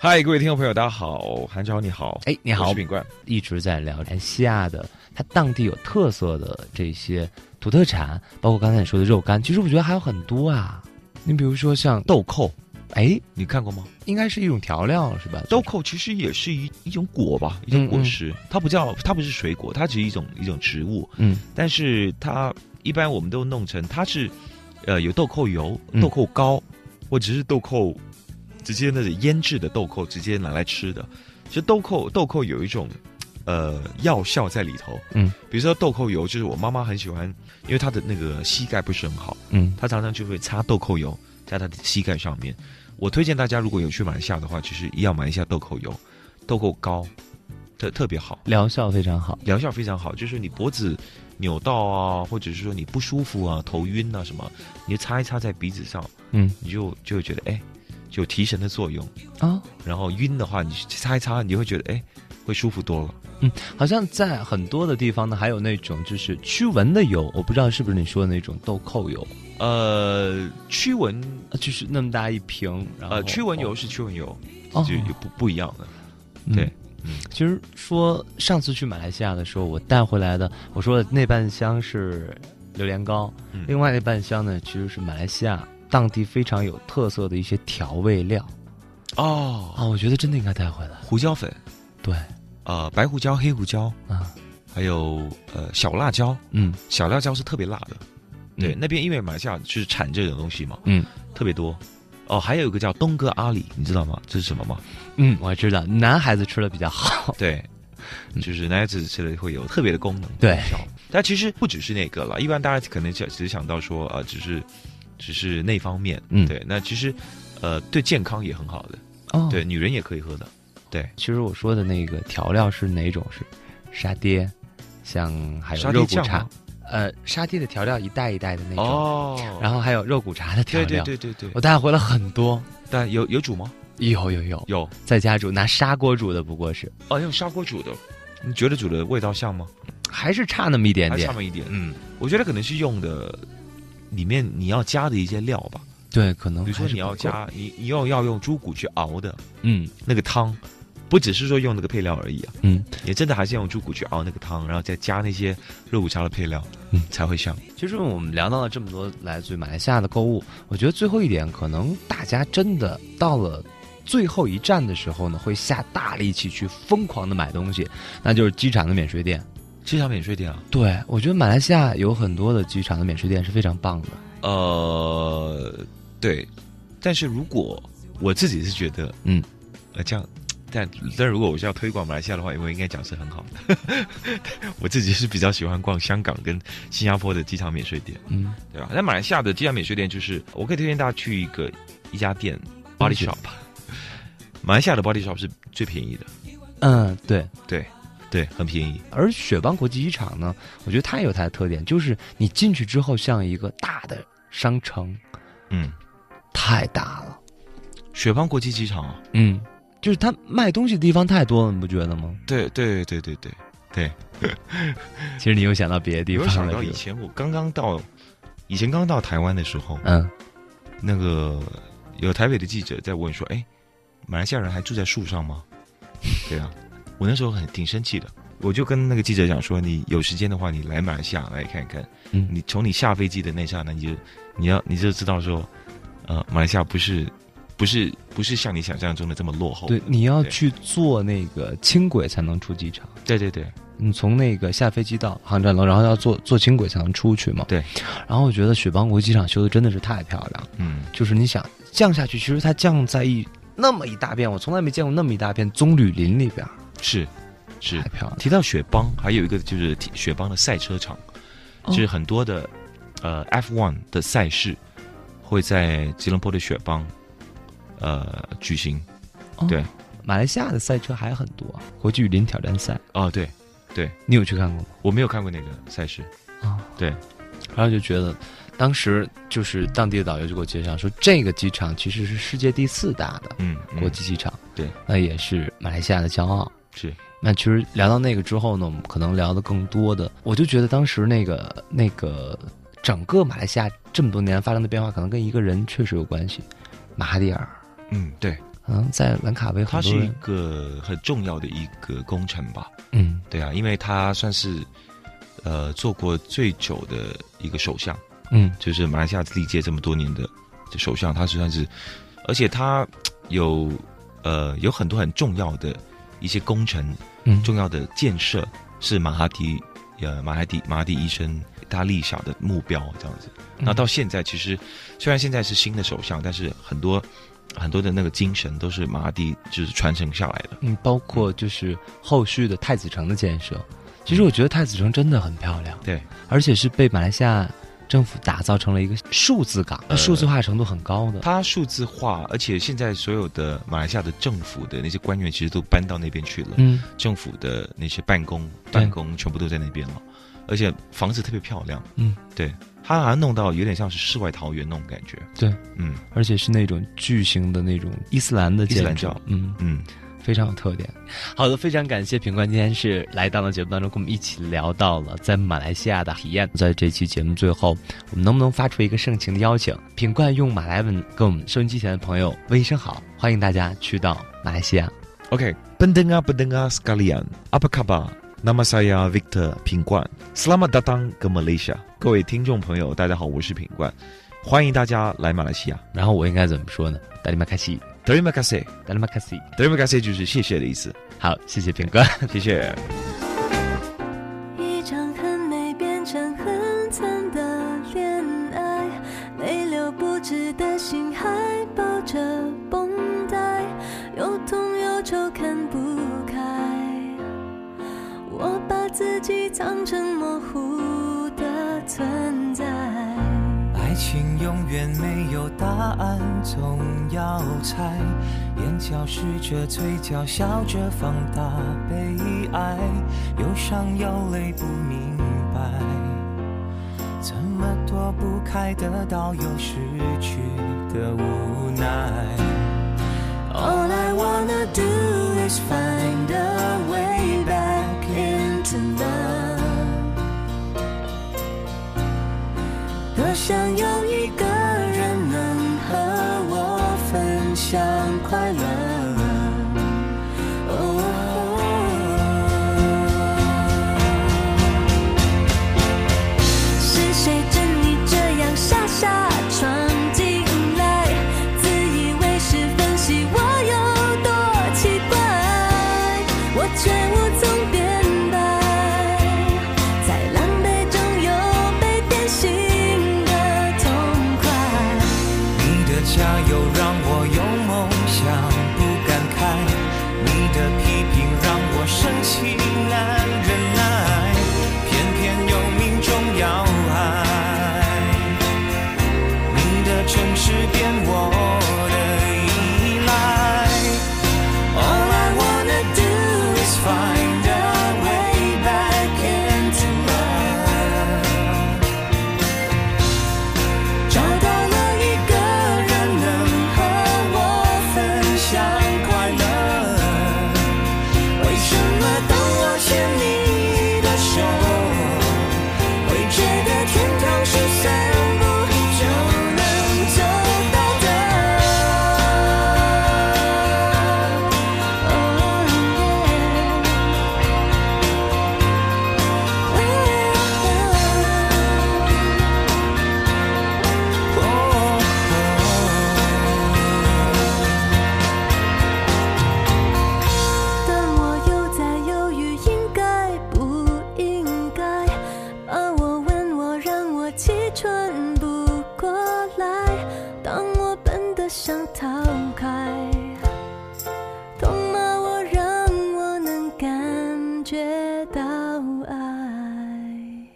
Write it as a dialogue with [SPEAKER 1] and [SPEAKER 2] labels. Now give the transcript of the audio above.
[SPEAKER 1] 嗨，各位听众朋友，大家好，韩超你好，
[SPEAKER 2] 哎你好
[SPEAKER 1] 我是品冠，
[SPEAKER 2] 一直在聊南西亚的它当地有特色的这些土特产，包括刚才你说的肉干，其实我觉得还有很多啊。你比如说像豆蔻，哎，
[SPEAKER 1] 你看过吗？
[SPEAKER 2] 应该是一种调料是吧？
[SPEAKER 1] 豆蔻其实也是一一种果吧，
[SPEAKER 2] 嗯
[SPEAKER 1] 一种果实，它不叫它不是水果，它只是一种一种植物，
[SPEAKER 2] 嗯，
[SPEAKER 1] 但是它一般我们都弄成它是，呃，有豆蔻油、
[SPEAKER 2] 嗯
[SPEAKER 1] 豆蔻膏，或者是豆蔻直接那种腌制的豆蔻直接拿来吃的。其实豆蔻豆蔻有一种呃药效在里头，
[SPEAKER 2] 嗯，
[SPEAKER 1] 比如说豆蔻油，就是我妈妈很喜欢，因为她的那个膝盖不是很好，
[SPEAKER 2] 嗯
[SPEAKER 1] 她常常就会擦豆蔻油在她的膝盖上面。我推荐大家，如果有去马来西亚的话，就是一定要买一下豆蔻油、豆蔻膏，特特别好，
[SPEAKER 2] 疗效非常好。
[SPEAKER 1] 疗效非常好。就是你脖子扭到啊，或者是说你不舒服啊、头晕啊什么，你就擦一擦在鼻子上，
[SPEAKER 2] 嗯
[SPEAKER 1] 你就就会觉得哎，就有提神的作用。
[SPEAKER 2] 啊、
[SPEAKER 1] 然后晕的话，你去擦一擦，你会觉得哎，会舒服多了。
[SPEAKER 2] 好像在很多的地方呢，还有那种就是驱蚊的油，我不知道是不是你说的那种豆蔻油，
[SPEAKER 1] 呃，驱蚊
[SPEAKER 2] 啊就是那么大一瓶，然后
[SPEAKER 1] 呃驱蚊油是驱蚊油，
[SPEAKER 2] 哦
[SPEAKER 1] 就有不不一样的。
[SPEAKER 2] 嗯
[SPEAKER 1] 对嗯
[SPEAKER 2] 其实说上次去马来西亚的时候，我带回来的，我说的那半箱是榴莲膏，
[SPEAKER 1] 嗯
[SPEAKER 2] 另外那半箱呢其实是马来西亚当地非常有特色的一些调味料
[SPEAKER 1] 哦，
[SPEAKER 2] 啊，我觉得真的应该带回来。
[SPEAKER 1] 胡椒粉，
[SPEAKER 2] 对，
[SPEAKER 1] 呃，白胡椒、黑胡椒，
[SPEAKER 2] 啊，
[SPEAKER 1] 还有呃小辣椒，
[SPEAKER 2] 嗯，
[SPEAKER 1] 小辣椒是特别辣的。对，
[SPEAKER 2] 嗯
[SPEAKER 1] 那边因为马来西亚就是产这种东西嘛，
[SPEAKER 2] 嗯，
[SPEAKER 1] 特别多。哦，还有一个叫东哥阿里，你知道吗？这是什么吗？
[SPEAKER 2] 嗯，我知道，男孩子吃的比较好，
[SPEAKER 1] 对，
[SPEAKER 2] 嗯
[SPEAKER 1] 就是那子吃了会有特别的功能。
[SPEAKER 2] 对，
[SPEAKER 1] 但其实不只是那个了，一般大家可能只只想到说啊、呃只是只是那方面，
[SPEAKER 2] 嗯
[SPEAKER 1] 对。那其实，呃，对健康也很好的，
[SPEAKER 2] 哦，
[SPEAKER 1] 对，女人也可以喝的，对。
[SPEAKER 2] 其实我说的那个调料是哪种？是沙爹，像还有
[SPEAKER 1] 沙爹
[SPEAKER 2] 肉骨
[SPEAKER 1] 酱
[SPEAKER 2] 茶
[SPEAKER 1] 吗，
[SPEAKER 2] 呃，沙爹的调料一袋一袋的那种，
[SPEAKER 1] 哦
[SPEAKER 2] 然后还有肉骨茶的调
[SPEAKER 1] 对
[SPEAKER 2] 料。
[SPEAKER 1] 对对对对
[SPEAKER 2] 我，带回了很多，
[SPEAKER 1] 但有有煮吗？
[SPEAKER 2] 有有有，
[SPEAKER 1] 有
[SPEAKER 2] 在家煮拿砂锅煮的，不过是
[SPEAKER 1] 哦，用砂锅煮的，你觉得煮的味道像吗？
[SPEAKER 2] 还是差那么一点
[SPEAKER 1] 还差
[SPEAKER 2] 点
[SPEAKER 1] 那。么一点。
[SPEAKER 2] 嗯，
[SPEAKER 1] 我觉得可能是用的里面你要加的一些料吧，
[SPEAKER 2] 对，可能
[SPEAKER 1] 比如说
[SPEAKER 2] 还是
[SPEAKER 1] 你要
[SPEAKER 2] 不够，
[SPEAKER 1] 加你你要要用猪骨去熬的
[SPEAKER 2] 嗯
[SPEAKER 1] 那个汤，不只是说用那个配料而已啊，
[SPEAKER 2] 嗯。
[SPEAKER 1] 也真的还是用猪骨去熬那个汤，然后再加那些肉骨茶的配料，
[SPEAKER 2] 嗯
[SPEAKER 1] 才会像。
[SPEAKER 2] 其实我们聊到了这么多来自于马来西亚的购物，我觉得最后一点，可能大家真的到了最后一站的时候呢，会下大力气去疯狂的买东西，那就是机场的免税店。
[SPEAKER 1] 机场免税店啊，
[SPEAKER 2] 对，我觉得马来西亚有很多的机场的免税店是非常棒的。
[SPEAKER 1] 呃，对，但是如果我自己是觉得，
[SPEAKER 2] 嗯，
[SPEAKER 1] 呃，这样。但但如果我是要推广马来西亚的话，我应该讲是很好的。 我自己是比较喜欢逛香港跟新加坡的机场免税店。
[SPEAKER 2] 嗯，
[SPEAKER 1] 对吧？那马来西亚的机场免税店就是，我可以推荐大家去一个一家店 Body Shop，马来西亚的 Body Shop 是最便宜的，
[SPEAKER 2] 嗯，对。
[SPEAKER 1] 对，很便宜。
[SPEAKER 2] 而雪邦国际机场呢，我觉得它也有它的特点，就是你进去之后像一个大的商城，
[SPEAKER 1] 嗯，
[SPEAKER 2] 太大了。
[SPEAKER 1] 雪邦国际机场啊，
[SPEAKER 2] 嗯，就是它卖东西的地方太多了，你不觉得吗？
[SPEAKER 1] 对对对对对对，
[SPEAKER 2] 其实你又想到别的地
[SPEAKER 1] 有
[SPEAKER 2] 方
[SPEAKER 1] 想
[SPEAKER 2] 了。
[SPEAKER 1] 到
[SPEAKER 2] 是
[SPEAKER 1] 以
[SPEAKER 2] 吧
[SPEAKER 1] 前我刚刚到，以前刚到台湾的时候，
[SPEAKER 2] 嗯
[SPEAKER 1] 那个有台北的记者在问说，哎，马来西亚人还住在树上吗？ 对啊，我那时候很挺生气的。我就跟那个记者讲说，你有时间的话，你来马来西亚来看一看。
[SPEAKER 2] 嗯
[SPEAKER 1] 你从你下飞机的那刹那，你就你要你就知道说，呃，马来西亚不是不是不是像你想象中的这么落后。
[SPEAKER 2] 对，你要
[SPEAKER 1] 对
[SPEAKER 2] 去坐那个轻轨才能出机场。
[SPEAKER 1] 对对对，
[SPEAKER 2] 你从那个下飞机到航站楼，然后要坐坐轻轨才能出去嘛。
[SPEAKER 1] 对。
[SPEAKER 2] 然后我觉得雪邦国际机场修的真的是太漂亮了，
[SPEAKER 1] 嗯，
[SPEAKER 2] 就是你想降下去，其实它降在一那么一大片，我从来没见过那么一大片棕榈林里边儿，
[SPEAKER 1] 是是
[SPEAKER 2] 太。漂亮了。
[SPEAKER 1] 提到雪邦，还有一个就是提雪邦的赛车场，
[SPEAKER 2] 哦
[SPEAKER 1] 就是很多的、呃 F1 的赛事会在吉隆坡的雪邦呃举行。对
[SPEAKER 2] 马来西亚的赛车还很多，国际雨林挑战赛，
[SPEAKER 1] 哦，对
[SPEAKER 2] 你有去看过吗？
[SPEAKER 1] 我没有看过那个赛事。
[SPEAKER 2] 啊，
[SPEAKER 1] 对。
[SPEAKER 2] 然后就觉得，当时就是当地的导游就给我介绍说，这个机场其实是世界第四大的
[SPEAKER 1] 嗯，嗯
[SPEAKER 2] 国际机场，
[SPEAKER 1] 对，
[SPEAKER 2] 那也是马来西亚的骄傲。
[SPEAKER 1] 是
[SPEAKER 2] 那其实聊到那个之后呢，我们可能聊的更多的，我就觉得当时那个那个整个马来西亚这么多年发生的变化，可能跟一个人确实有关系，马哈蒂尔。
[SPEAKER 1] 嗯对
[SPEAKER 2] 嗯，在兰卡威
[SPEAKER 1] 它
[SPEAKER 2] 很
[SPEAKER 1] 是
[SPEAKER 2] 多
[SPEAKER 1] 一
[SPEAKER 2] 人，
[SPEAKER 1] 个很重要的一个工程吧？
[SPEAKER 2] 嗯
[SPEAKER 1] 对啊，因为他算是呃做过最久的一个首相，
[SPEAKER 2] 嗯
[SPEAKER 1] 就是马来西亚历届这么多年的这首相，他是算是，而且他有呃有很多很重要的一些工程、
[SPEAKER 2] 嗯，
[SPEAKER 1] 重要的建设是马哈迪呃马哈迪马哈迪医生他立下的目标这样子。
[SPEAKER 2] 嗯
[SPEAKER 1] 那到现在，其实虽然现在是新的首相，但是很多很多的那个精神都是马哈迪就是传承下来的。
[SPEAKER 2] 嗯，包括就是后续的太子城的建设。其实我觉得太子城真的很漂亮，
[SPEAKER 1] 嗯对，
[SPEAKER 2] 而且是被马来西亚政府打造成了一个数字港，
[SPEAKER 1] 呃
[SPEAKER 2] 数字化程度很高的。
[SPEAKER 1] 它数字化，而且现在所有的马来西亚的政府的那些官员其实都搬到那边去了。
[SPEAKER 2] 嗯，
[SPEAKER 1] 政府的那些办公
[SPEAKER 2] 对
[SPEAKER 1] 办公全部都在那边了，而且房子特别漂亮。
[SPEAKER 2] 嗯，
[SPEAKER 1] 对，它好像弄到有点像是世外桃源那种感觉。
[SPEAKER 2] 对，
[SPEAKER 1] 嗯
[SPEAKER 2] 而且是那种巨型的那种伊斯兰的
[SPEAKER 1] 伊斯
[SPEAKER 2] 建
[SPEAKER 1] 兰
[SPEAKER 2] 筑
[SPEAKER 1] 教，
[SPEAKER 2] 嗯，
[SPEAKER 1] 嗯，
[SPEAKER 2] 非常有特点。好的，非常感谢品冠今天是来到了节目当中，跟我们一起聊到了在马来西亚的体验。在这期节目最后，我们能不能发出一个盛情的邀请？品冠用马来文跟我们收音机前的朋友问一声好，欢迎大家去到马来西亚。
[SPEAKER 3] Okey, pendengar-pendengar sekalian, apa khabar? Nama saya Victor Ping Guan. Selamat datang ke Malaysia.
[SPEAKER 1] 各位听众朋友，大家好，我是品冠，欢迎大家来马来西亚。
[SPEAKER 2] 然后我应该怎么说呢？大力马卡西，
[SPEAKER 3] Terima kasih.
[SPEAKER 2] 大力马卡西。
[SPEAKER 1] Terima kasih 就是谢谢的意思，
[SPEAKER 2] 好，谢谢品冠。
[SPEAKER 1] 谢谢。
[SPEAKER 4] 一场很美变成很惨的恋爱，泪流不止的心还抱着绷带，又痛又愁看不开，我把自己当成模糊的存在。
[SPEAKER 5] 爱情永远没有答案，总要猜。眼角试着，嘴角笑着，放大悲哀，忧伤又泪不明白。这么躲不开，得到又失去的无奈。
[SPEAKER 4] All I wanna do is find a way back into love。多想有一个人能和我分享快乐。哦是谁真你这样傻傻闯进来，自以为是分析我有多奇怪，我却无从辩白，在狼狈中有被点醒的痛快。
[SPEAKER 5] 你的加油让我有梦想不感慨，你的批评让我生气难忍耐，偏偏又命中要害。你的诚实变我的依赖。All I wanna do is find a way back into love. 找到了一个人能和我分享快乐，为什么当我牵你的手，会觉得天堂是三步就能走到的？
[SPEAKER 4] 但我又在犹豫，应该不应该把我问我，让我气喘不过来。当我笨得像逃